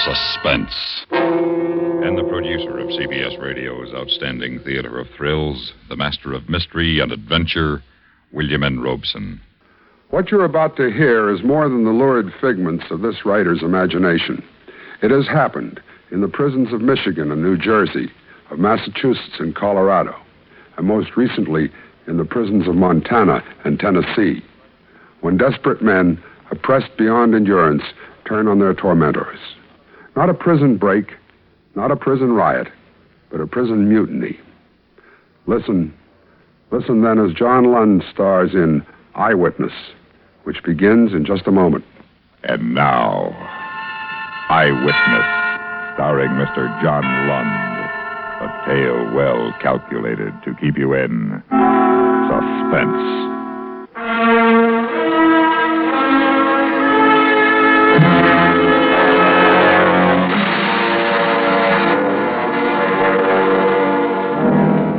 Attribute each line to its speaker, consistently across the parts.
Speaker 1: Suspense.
Speaker 2: And the producer of CBS Radio's outstanding theater of thrills, the master of mystery and adventure, William N. Robeson.
Speaker 3: What you're about to hear is more than the lurid figments of this writer's imagination. It has happened in the prisons of Michigan and New Jersey, of Massachusetts and Colorado, and most recently in the prisons of Montana and Tennessee, when desperate men, oppressed beyond endurance, turn on their tormentors. Not a prison break, not a prison riot, but a prison mutiny. Listen, listen then as John Lund stars in Eyewitness, which begins in just a moment.
Speaker 2: And now, Eyewitness, starring Mr. John Lund. A tale well calculated to keep you in suspense.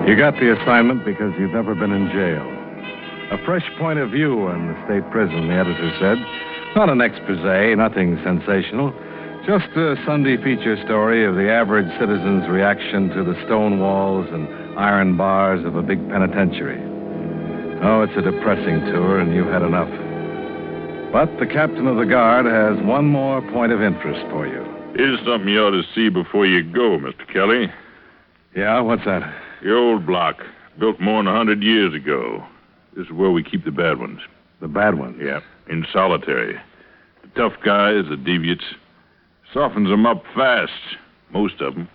Speaker 4: You got the assignment because you've never been in jail. A fresh point of view on the state prison, the editor said. Not an expose, nothing sensational. Just a Sunday feature story of the average citizen's reaction to the stone walls and iron bars of a big penitentiary. Oh, it's a depressing tour, and you've had enough. But the captain of the guard has one more point of interest for you.
Speaker 5: Here's something you ought to see before you go, Mr. Kelly.
Speaker 4: Yeah, what's that?
Speaker 5: The old block, built more than a hundred years ago. This is where we keep the bad ones.
Speaker 4: The bad one.
Speaker 5: Yeah. In solitary. The tough guys, the deviates. Softens 'em up fast, most of 'em.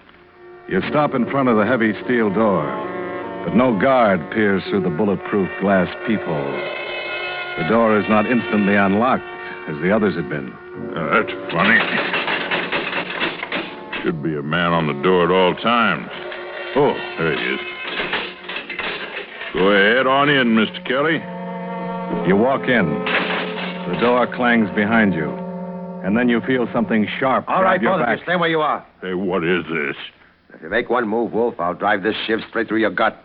Speaker 4: You stop in front of the heavy steel door, but no guard peers through the bulletproof glass peephole. The door is not instantly unlocked, as the others had been.
Speaker 5: Uh, that's funny. Should be a man on the door at all times. Oh, there he is. Go ahead on in, Mr. Kelly.
Speaker 4: You walk in. The door clangs behind you, and then you feel something sharp.
Speaker 6: All right,
Speaker 4: grab your
Speaker 6: both of
Speaker 4: back.
Speaker 6: you, stay where you are.
Speaker 5: Hey, what is this?
Speaker 6: If you make one move, Wolf, I'll drive this shiv straight through your gut.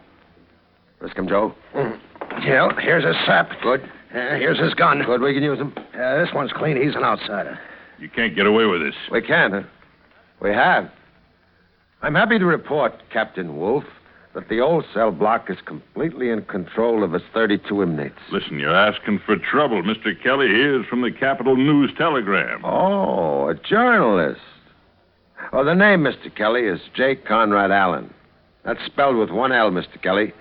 Speaker 6: Risk him, Joe.
Speaker 7: Yeah, Mm. here's his sap.
Speaker 6: Good.
Speaker 7: Uh, here's his gun.
Speaker 6: Good, we can use him.
Speaker 7: Uh, this one's clean. He's an outsider.
Speaker 5: You can't get away with this.
Speaker 6: We can, huh? We have. I'm happy to report, Captain Wolf, that the old cell block is completely in control of its 32 inmates.
Speaker 5: Listen, you're asking for trouble, Mr. Kelly. Here's from the Capital News Telegram.
Speaker 6: Oh, a journalist. Well, the name, Mr. Kelly, is J. Conrad Allen. That's spelled with one L, Mr. Kelly.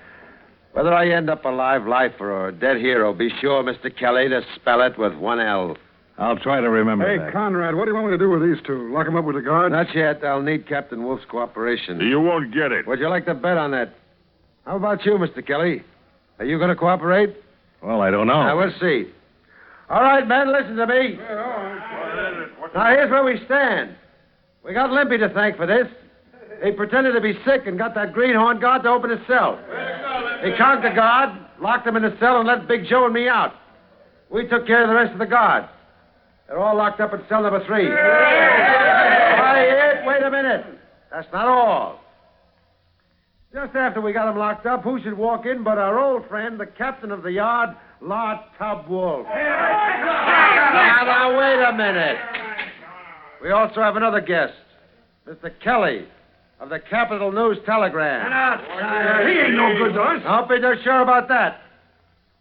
Speaker 6: Whether I end up a live lifer or a dead hero, be sure, Mr. Kelly, to spell it with one L.
Speaker 4: I'll try to remember
Speaker 8: Hey,
Speaker 4: that.
Speaker 8: Conrad, what do you want me to do with these two? Lock them up with the guard?
Speaker 6: Not yet. I'll need Captain Wolf's cooperation.
Speaker 5: You won't get it.
Speaker 6: Would you like to bet on that? How about you, Mr. Kelly? Are you going to cooperate?
Speaker 4: well, I don't know.
Speaker 6: Now, we'll see. All right, men, listen to me. Now, here's where we stand. We got Limpy to thank for this. He pretended to be sick and got that greenhorn guard to open his cell. He conked the guard, locked him in the cell, and let Big Joe and me out. We took care of the rest of the guard. They're all locked up in cell number three. Quiet, wait a minute. That's not all. Just after we got him locked up, who should walk in but our old friend, the captain of the yard, La Tub Wolf. Now, now, wait a minute. We also have another guest, Mr. Kelly of the Capital News Telegram.
Speaker 8: Uh, he ain't no good to us.
Speaker 6: Don't be too sure about that.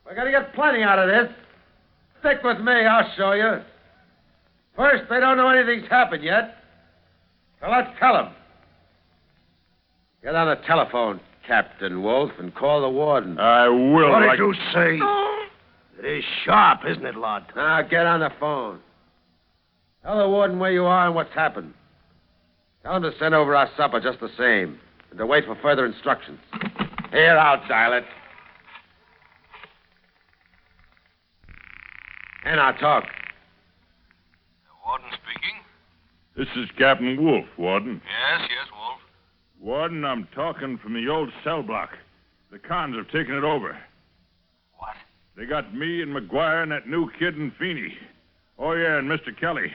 Speaker 6: We're going to get plenty out of this. Stick with me, I'll show you. First, they don't know anything's happened yet. So let's tell them. Get on the telephone, Captain Wolf, and call the warden.
Speaker 5: I will.
Speaker 7: What
Speaker 5: like-
Speaker 7: did you say? It is sharp, isn't it, Lord?
Speaker 6: Now Ah, get on the phone. Tell the warden where you are and what's happened. Tell him to send over our supper just the same, and to wait for further instructions. Here, I'll dial it. And I'll talk.
Speaker 9: Warden speaking.
Speaker 5: This is Captain Wolf, Warden.
Speaker 9: Yes, yes, Wolf.
Speaker 5: Warden, I'm talking from the old cell block. The cons have taken it over.
Speaker 9: What?
Speaker 5: They got me and McGuire and that new kid and Feeney. Oh, yeah, and Mr. Kelly.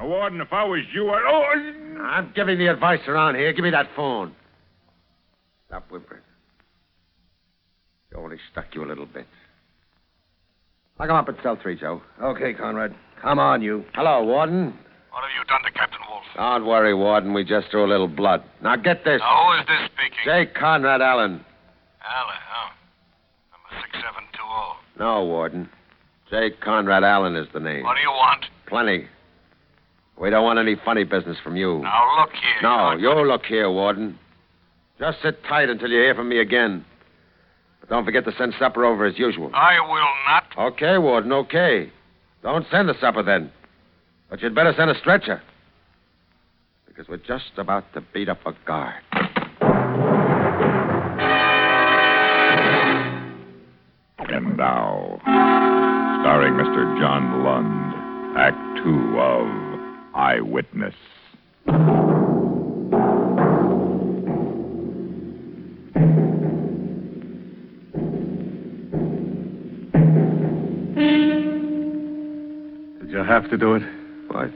Speaker 5: Now, Warden, if I was you, I'd. Oh! I-
Speaker 6: I'm giving the advice around here. Give me that phone. Stop whimpering. You only stuck you a little bit. Lock him up at cell three, Joe.
Speaker 7: Okay, Conrad. Come on, you.
Speaker 6: Hello, Warden.
Speaker 9: What have you done to Captain Wolf?
Speaker 6: Don't worry, Warden. We just drew a little blood. Now get this.
Speaker 9: Now, who is this speaking?
Speaker 6: J. Conrad Allen.
Speaker 9: Allen, huh? Number 6720.
Speaker 6: No, Warden. J. Conrad Allen is the name.
Speaker 9: What do you want?
Speaker 6: Plenty. We don't want any funny business from you.
Speaker 9: Now, look here.
Speaker 6: No,
Speaker 9: you...
Speaker 6: you look here, Warden. Just sit tight until you hear from me again. But don't forget to send supper over as usual.
Speaker 9: I will not.
Speaker 6: Okay, Warden, okay. Don't send the supper then. But you'd better send a stretcher. Because we're just about to beat up a guard.
Speaker 2: And now, starring Mr. John Lund, Act Two of Eyewitness.
Speaker 4: Did you have to do it?
Speaker 6: What?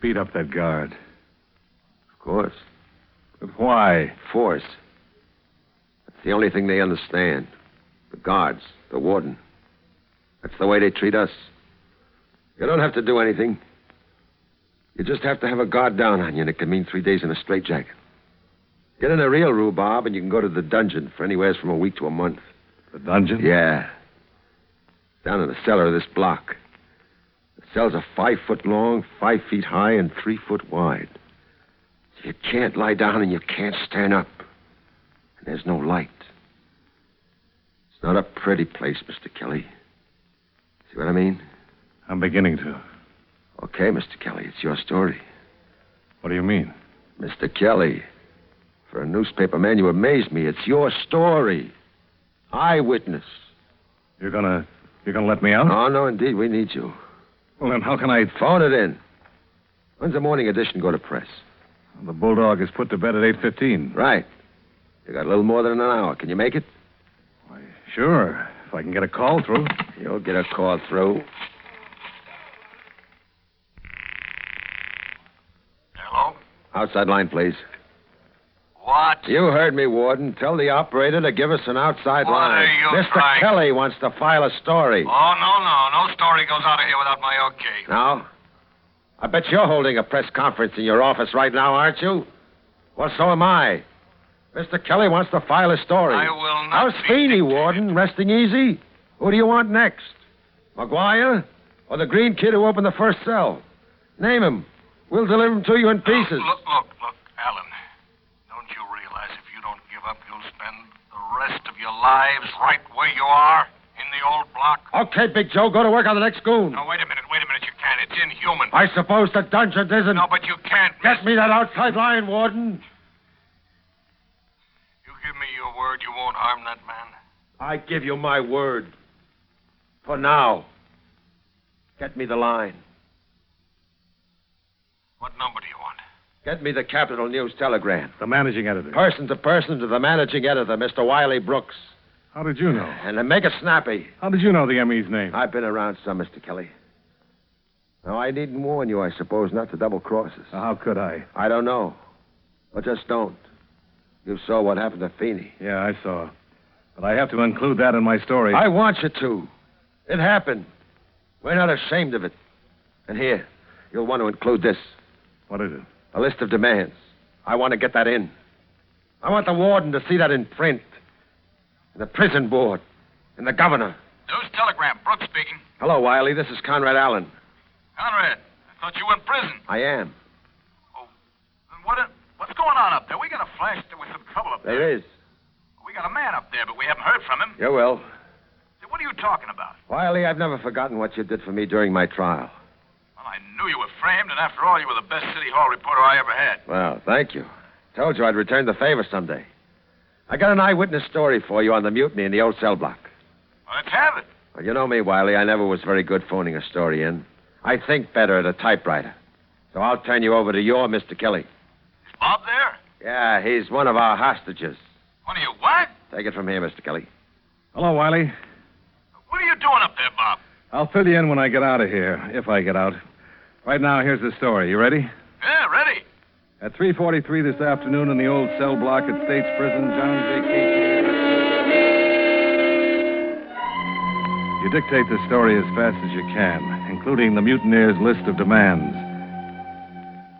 Speaker 4: Beat up that guard.
Speaker 6: Of course.
Speaker 4: But why?
Speaker 6: Force. That's the only thing they understand. The guards, the warden. That's the way they treat us. You don't have to do anything. You just have to have a guard down on you, and it can mean three days in a straitjacket. Get in a real rhubarb, and you can go to the dungeon for anywheres from a week to a month.
Speaker 4: The dungeon?
Speaker 6: Yeah. Down in the cellar of this block. The cells are five foot long, five feet high, and three foot wide. You can't lie down and you can't stand up. And there's no light. It's not a pretty place, Mr. Kelly. See what I mean?
Speaker 4: I'm beginning to.
Speaker 6: Okay, Mr. Kelly, it's your story.
Speaker 4: What do you mean?
Speaker 6: Mr. Kelly, for a newspaper man, you amaze me. It's your story. Eyewitness.
Speaker 4: You're gonna you're gonna let me out?
Speaker 6: Oh, no, indeed, we need you.
Speaker 4: Well then how can I
Speaker 6: Phone it in. When's the morning edition go to press?
Speaker 4: the bulldog is put to bed at eight fifteen.
Speaker 6: Right. You got a little more than an hour. Can you make it?
Speaker 4: Sure. If I can get a call through.
Speaker 6: You'll get a call through.
Speaker 9: Hello?
Speaker 6: Outside line, please.
Speaker 9: What?
Speaker 6: You heard me, Warden. Tell the operator to give us an outside
Speaker 9: What
Speaker 6: line.
Speaker 9: are you
Speaker 6: Mr.
Speaker 9: trying-
Speaker 6: Kelly wants to file a story.
Speaker 9: Oh, no, no. No story goes out of here without my okay.
Speaker 6: Now? I bet you're holding a press conference in your office right now, aren't you? Well, so am I. Mr. Kelly wants to file a story.
Speaker 9: I will not.
Speaker 6: How's
Speaker 9: be
Speaker 6: Feeney,
Speaker 9: dictated.
Speaker 6: Warden? Resting easy? Who do you want next? McGuire? Or the green kid who opened the first cell? Name him. We'll deliver him to you in pieces.
Speaker 9: Look, look, look, Alan. Don't you realize if you don't give up, you'll spend the rest of your lives right where you are, in the old block?
Speaker 6: Okay, Big Joe, go to work on the next goon.
Speaker 9: No, wait a minute, wait a minute. You can't. It's inhuman.
Speaker 6: I suppose the dungeon isn't.
Speaker 9: No, but you can't.
Speaker 6: Get me that outside line, Warden.
Speaker 9: You give me your word you won't harm that man.
Speaker 6: I give you my word. For now. Get me the line.
Speaker 9: What number do you want?
Speaker 6: Get me the Capital News telegram.
Speaker 4: The managing editor.
Speaker 6: Person to person to the managing editor, Mr. Wiley Brooks.
Speaker 4: How did you know?
Speaker 6: And then make it snappy.
Speaker 4: How did you know the ME's name?
Speaker 6: I've been around some, Mr. Kelly. Now, I needn't warn you, I suppose, not to double cross us.
Speaker 4: How could I?
Speaker 6: I don't know. But just don't. You saw what happened to Feeney.
Speaker 4: Yeah, I saw. But I have to include that in my story.
Speaker 6: I want you to. It happened. We're not ashamed of it. And here, you'll want to include this
Speaker 4: What is it?
Speaker 6: a list of demands. I want to get that in. I want the warden to see that in print. And the prison board. And the governor.
Speaker 9: News telegram. Brooks speaking.
Speaker 6: Hello, Wiley. This is Conrad Allen.
Speaker 9: Conrad, I thought you were in prison.
Speaker 6: I am.
Speaker 9: And What? a- what's going on up there? We got a flash. There was some trouble up there.
Speaker 6: There is.
Speaker 9: We got a man up there, but we haven't heard from him.
Speaker 6: You will.
Speaker 9: Say, What are you talking about?
Speaker 6: Wiley, I've never forgotten what you did for me during my trial.
Speaker 9: Well, I knew you were framed, and after all, you were the best City Hall reporter I ever had.
Speaker 6: Well, thank you. Told you I'd return the favor someday. I got an eyewitness story for you on the mutiny in the old cell block.
Speaker 9: Well, let's have it.
Speaker 6: Well, you know me, Wiley. I never was very good phoning a story in. I think better at a typewriter. So I'll turn you over to your Mr. Kelly.
Speaker 9: Is Bob there?
Speaker 6: Yeah, he's one of our hostages.
Speaker 9: What are you, what?
Speaker 6: Take it from here, Mr. Kelly.
Speaker 4: Hello, Wiley.
Speaker 9: What are you doing up there, Bob?
Speaker 4: I'll fill you in when I get out of here, if I get out. Right now, here's the story. You ready?
Speaker 9: Yeah, ready.
Speaker 4: At 3.43 this afternoon in the old cell block at State's Prison, John J. Casey... You dictate the story as fast as you can, including the mutineers' list of demands.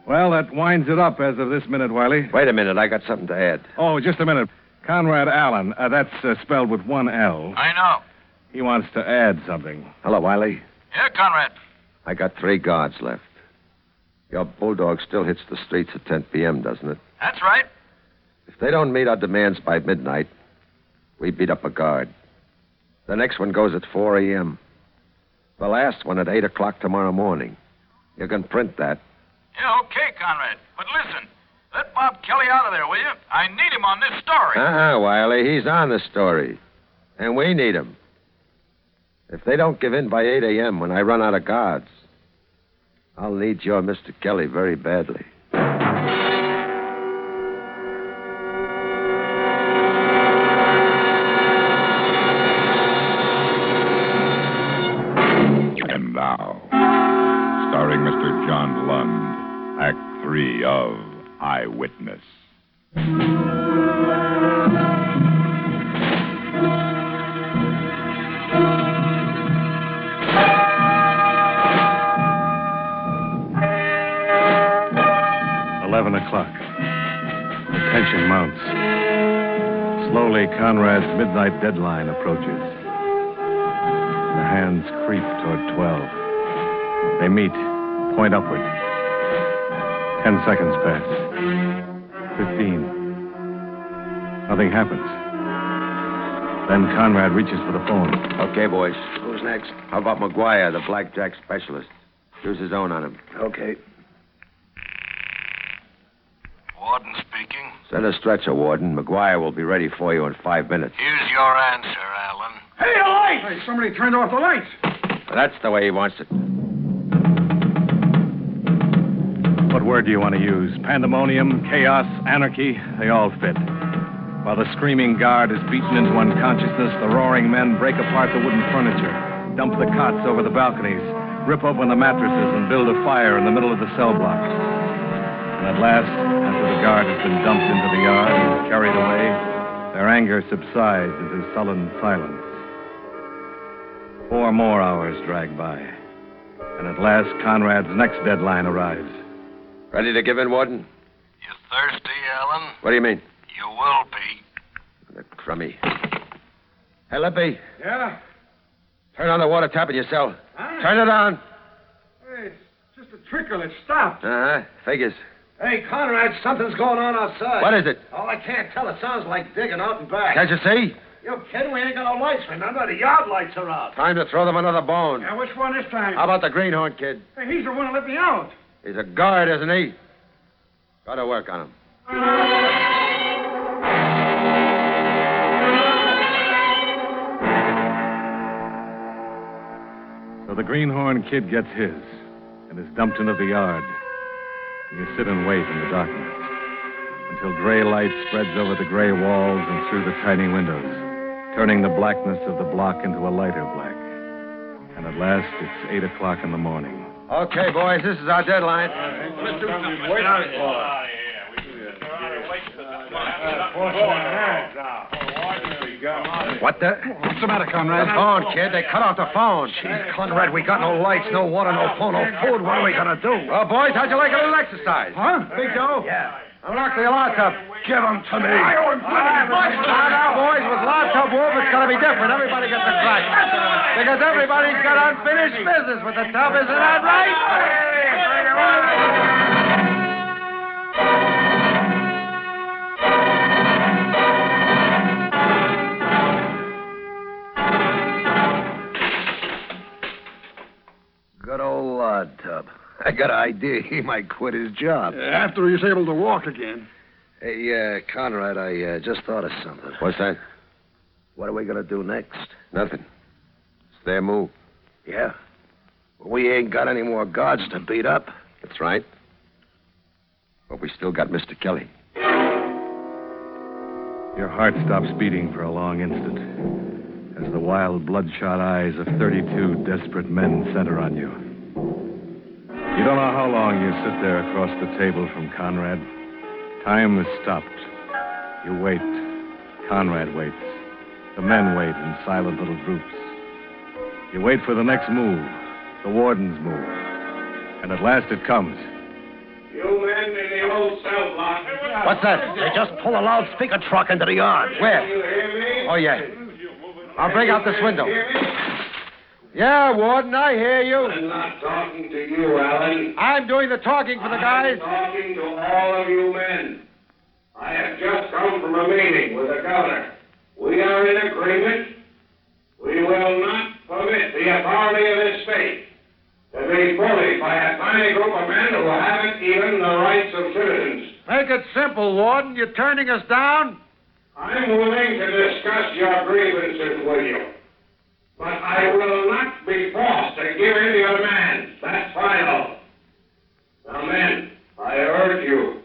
Speaker 4: Well, that winds it up as of this minute, Wiley.
Speaker 6: Wait a minute, I got something to add.
Speaker 4: Oh, just a minute. Conrad Allen, uh, that's uh, spelled with one L.
Speaker 9: I know.
Speaker 4: He wants to add something.
Speaker 6: Hello, Wiley.
Speaker 9: Yeah, Conrad.
Speaker 6: I got three guards left. Your bulldog still hits the streets at 10 p.m., doesn't it?
Speaker 9: That's right.
Speaker 6: If they don't meet our demands by midnight, we beat up a guard. The next one goes at 4 a.m. The last one at 8 o'clock tomorrow morning. You can print that.
Speaker 9: Yeah, okay, Conrad. But listen, let Bob Kelly out of there, will you? I need him on this story.
Speaker 6: Uh-uh, Wiley. He's on the story. And we need him. If they don't give in by 8 a.m. when I run out of guards, I'll need your Mr. Kelly very badly.
Speaker 2: And now, starring Mr. John Lund, Act Three of Eyewitness.
Speaker 4: Eleven o'clock. The tension mounts. Slowly, Conrad's midnight deadline approaches. The hands creep toward twelve. They meet, point upward. Ten seconds pass. Fifteen. Nothing happens. Then Conrad reaches for the phone.
Speaker 6: Okay, boys.
Speaker 3: Who's next?
Speaker 6: How about McGuire, the blackjack specialist? Use his own on him.
Speaker 3: Okay.
Speaker 9: Warden speaking.
Speaker 6: Send a stretcher, Warden. McGuire will be ready for you in five minutes.
Speaker 9: Here's your answer, Alan.
Speaker 10: Hey, a light! Hey, somebody turned off the lights.
Speaker 6: That's the way he wants it.
Speaker 4: What word do you want to use? Pandemonium, chaos, anarchy? They all fit. While the screaming guard is beaten into unconsciousness, the roaring men break apart the wooden furniture, dump the cots over the balconies, rip open the mattresses, and build a fire in the middle of the cell block. And at last, after the guard has been dumped into the yard and carried away, their anger subsides into sullen silence. Four more hours drag by, and at last Conrad's next deadline arrives.
Speaker 6: Ready to give in, Warden?
Speaker 9: You thirsty, Alan?
Speaker 6: What do you mean?
Speaker 9: You will be.
Speaker 6: The crummy. Hey, Lippy,
Speaker 10: Yeah?
Speaker 6: turn on the water tap in your cell. Turn it on.
Speaker 10: Hey, it's just a trickle. It stopped.
Speaker 9: Uh-huh.
Speaker 6: Uh huh. Figures.
Speaker 3: Hey, Conrad, something's going on outside.
Speaker 6: What is it?
Speaker 3: Oh, I can't tell. It sounds like digging out and back.
Speaker 6: Can't you see?
Speaker 3: You kidding? We ain't got no lights, remember? The yard lights are out. Uh,
Speaker 6: Time to throw them another bone.
Speaker 10: Yeah, which one this time?
Speaker 6: How about the greenhorn kid?
Speaker 10: Hey, he's the one who let me out.
Speaker 6: He's a guard, isn't he? Got to work on him.
Speaker 4: So the greenhorn kid gets his and is dumped into the yard. And you sit and wait in the darkness until gray light spreads over the gray walls and through the tiny windows, turning the blackness of the block into a lighter black. And at last, it's 8 o'clock in the morning.
Speaker 6: Okay, boys, this is our deadline.
Speaker 5: Let's do something.
Speaker 3: Wait
Speaker 9: Oh,
Speaker 3: on it, boy.
Speaker 9: Oh,
Speaker 6: What the? What's the matter, Conrad? The phone, kid. They cut off the phone. Jeez, Conrad, we got no lights, no water, no phone, no food. What are we going to do? Well, boys, how'd you like a little exercise?
Speaker 10: Huh? Big Joe?
Speaker 6: Yeah. I'm knocking the lotto. Give them to me.
Speaker 10: I owe him plenty of money.
Speaker 6: Now, now, boys, with lotto wolf, it's going to be different. Everybody gets a crack. Because everybody's got unfinished business with the top. Isn't that right?
Speaker 3: Good old Lod Tub. I got an idea he might quit his job.
Speaker 10: Uh, After he's able to walk again.
Speaker 3: Hey, uh, Conrad, I uh, just thought of something.
Speaker 6: What's that?
Speaker 3: What are we going to do next?
Speaker 6: Nothing. It's their move.
Speaker 3: Yeah? We ain't got any more guards to beat up.
Speaker 6: That's right. But we still got Mr. Kelly.
Speaker 4: Your heart stops beating for a long instant as the wild, bloodshot eyes of 32 desperate men center on you. You don't know how long you sit there across the table from Conrad. Time is stopped. You wait. Conrad waits. The men wait in silent little groups. You wait for the next move, the warden's move. And at last it comes.
Speaker 1: You men in the old cell block.
Speaker 11: What's that? They just pull a loudspeaker truck into the yard.
Speaker 1: You hear me?
Speaker 11: Oh, yeah.
Speaker 6: I'll break out this window.
Speaker 1: You hear me?
Speaker 6: Yeah, Warden, I hear you.
Speaker 1: I'm not talking to you, Alan.
Speaker 6: I'm doing the talking for the guys.
Speaker 1: I'm talking to all of you men. I have just come from a meeting with the governor. We are in agreement. We will not permit the authority of this state to be bullied by a tiny group of men who haven't even the rights of citizens.
Speaker 6: Make it simple, Warden. You're turning us down?
Speaker 1: I'm willing to discuss your grievances with you, but I will not be forced to give in to your demands. That's final. Now, men, I urge you,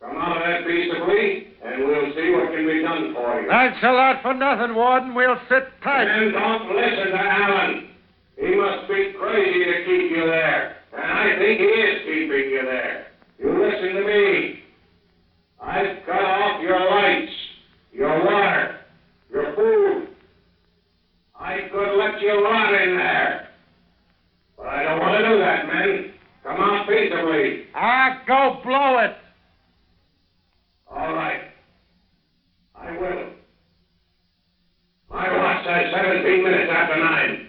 Speaker 1: come out of that peaceably, and we'll see what can be done for you.
Speaker 6: Thanks a lot for nothing, Warden. We'll sit tight.
Speaker 1: And don't listen to Alan. He must be crazy to keep you there. And I think he is keeping you there. You listen to me. I've cut off your lights, your water, your food. I could let you rot in there. But I don't want to do that, men. Come out peaceably.
Speaker 6: Ah, go blow it.
Speaker 1: All right. I will. My watch says 17 minutes after 9.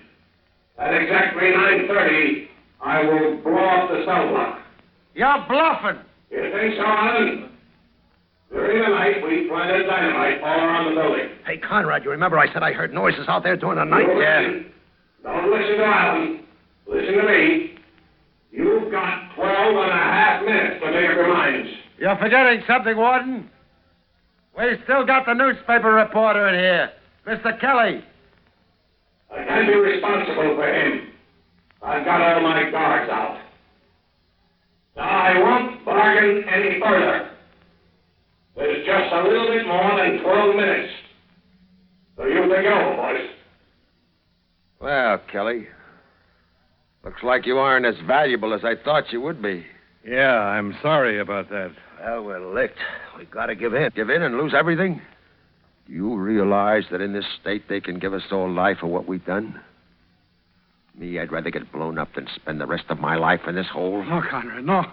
Speaker 1: At exactly 9.30, I will blow up the cell block.
Speaker 6: You're bluffing.
Speaker 1: You think so, Alan? During the night, we planted dynamite all around the building.
Speaker 11: Hey, Conrad, you remember I said I heard noises out there during the night?
Speaker 1: Yeah. Don't listen to Alan. Listen to me. You've got 12 and a half minutes to make up your minds.
Speaker 6: You're forgetting something, Warden. We still got the newspaper reporter in here, Mr. Kelly.
Speaker 1: I can't be responsible for him. I've got all my guards out. Now, I won't bargain any further. There's just a little bit more than 12 minutes. So you think it over, boys.
Speaker 7: Well, Kelly, looks like you aren't as valuable as I thought you would be.
Speaker 4: Yeah, I'm sorry about that.
Speaker 7: Uh, Well, we're licked. We've got to give in. Give in and lose everything? Do you realize that in this state they can give us all life for what we've done? Me, I'd rather get blown up than spend the rest of my life in this hole.
Speaker 8: No, Conrad, no.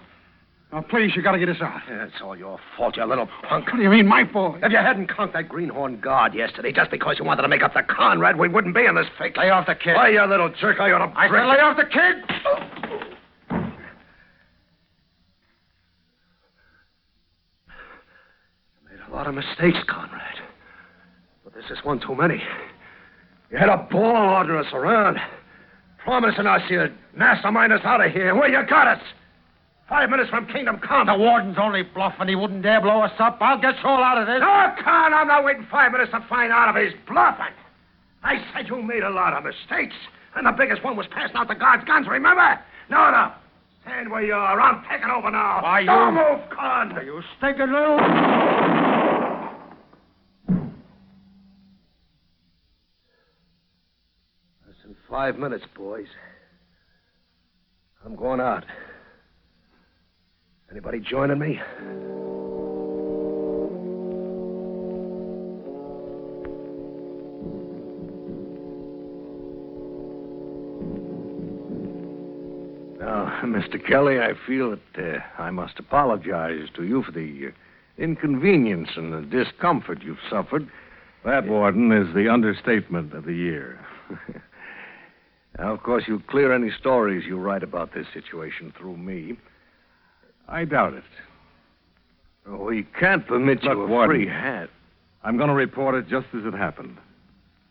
Speaker 8: No, please, you gotta get us out.
Speaker 11: Yeah, it's all your fault, you little punk.
Speaker 8: What do you mean, my fault?
Speaker 11: If you hadn't conked that greenhorn guard yesterday just because you wanted to make up to Conrad, we wouldn't be in this fix.
Speaker 6: Lay off the kid.
Speaker 11: Why, you little jerk, I ought to
Speaker 6: I
Speaker 11: break
Speaker 6: said lay off the kid.
Speaker 11: Made a lot of mistakes, Conrad. But this is one too many. You had a ball ordering us around, promising us you'd mastermind us out of here. Well, you got us. Five minutes from Kingdom Come.
Speaker 6: The warden's only bluffing. He wouldn't dare blow us up. I'll get you all out of this.
Speaker 11: No, Con, I'm not waiting five minutes to find out if he's bluffing. I said you made a lot of mistakes, and the biggest one was passing out the guards' guns, remember? No, no. Stand where you are. I'm taking over now.
Speaker 6: Why, you-
Speaker 11: Don't move, Con. Are you stinking little...
Speaker 7: Less than five minutes, boys. I'm going out.
Speaker 11: Anybody joining me?
Speaker 4: Now, Mr. Kelly, I feel that uh, I must apologize to you for the uh, inconvenience and the discomfort you've suffered. That, Warden, is the understatement of the year. now, of course, you'll clear any stories you write about this situation through me. I doubt it.
Speaker 7: Oh,
Speaker 4: We can't permit
Speaker 7: you
Speaker 4: Look,
Speaker 7: a
Speaker 4: Warden,
Speaker 7: free
Speaker 4: hand. I'm going to report it just as it happened.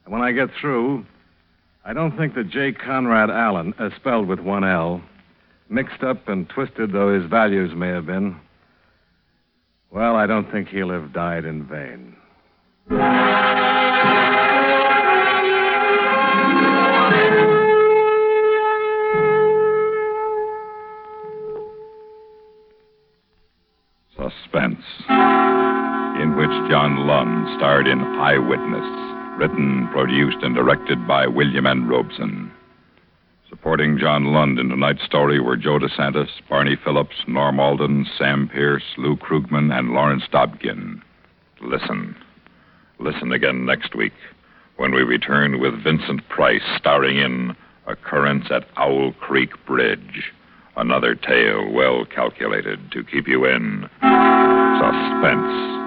Speaker 4: And when I get through, I don't think that J. Conrad Allen, uh, spelled with one L, mixed up and twisted though his values may have been, well, I don't think he'll have died in vain.
Speaker 2: Suspense, in which John Lund starred in Eyewitness, written, produced, and directed by William N. Robeson. Supporting John Lund in tonight's story were Joe DeSantis, Barney Phillips, Norm Alden, Sam Pierce, Lou Krugman, and Lawrence Dobkin. Listen. Listen again next week when we return with Vincent Price starring in Occurrence at Owl Creek Bridge, Another tale well calculated to keep you in suspense.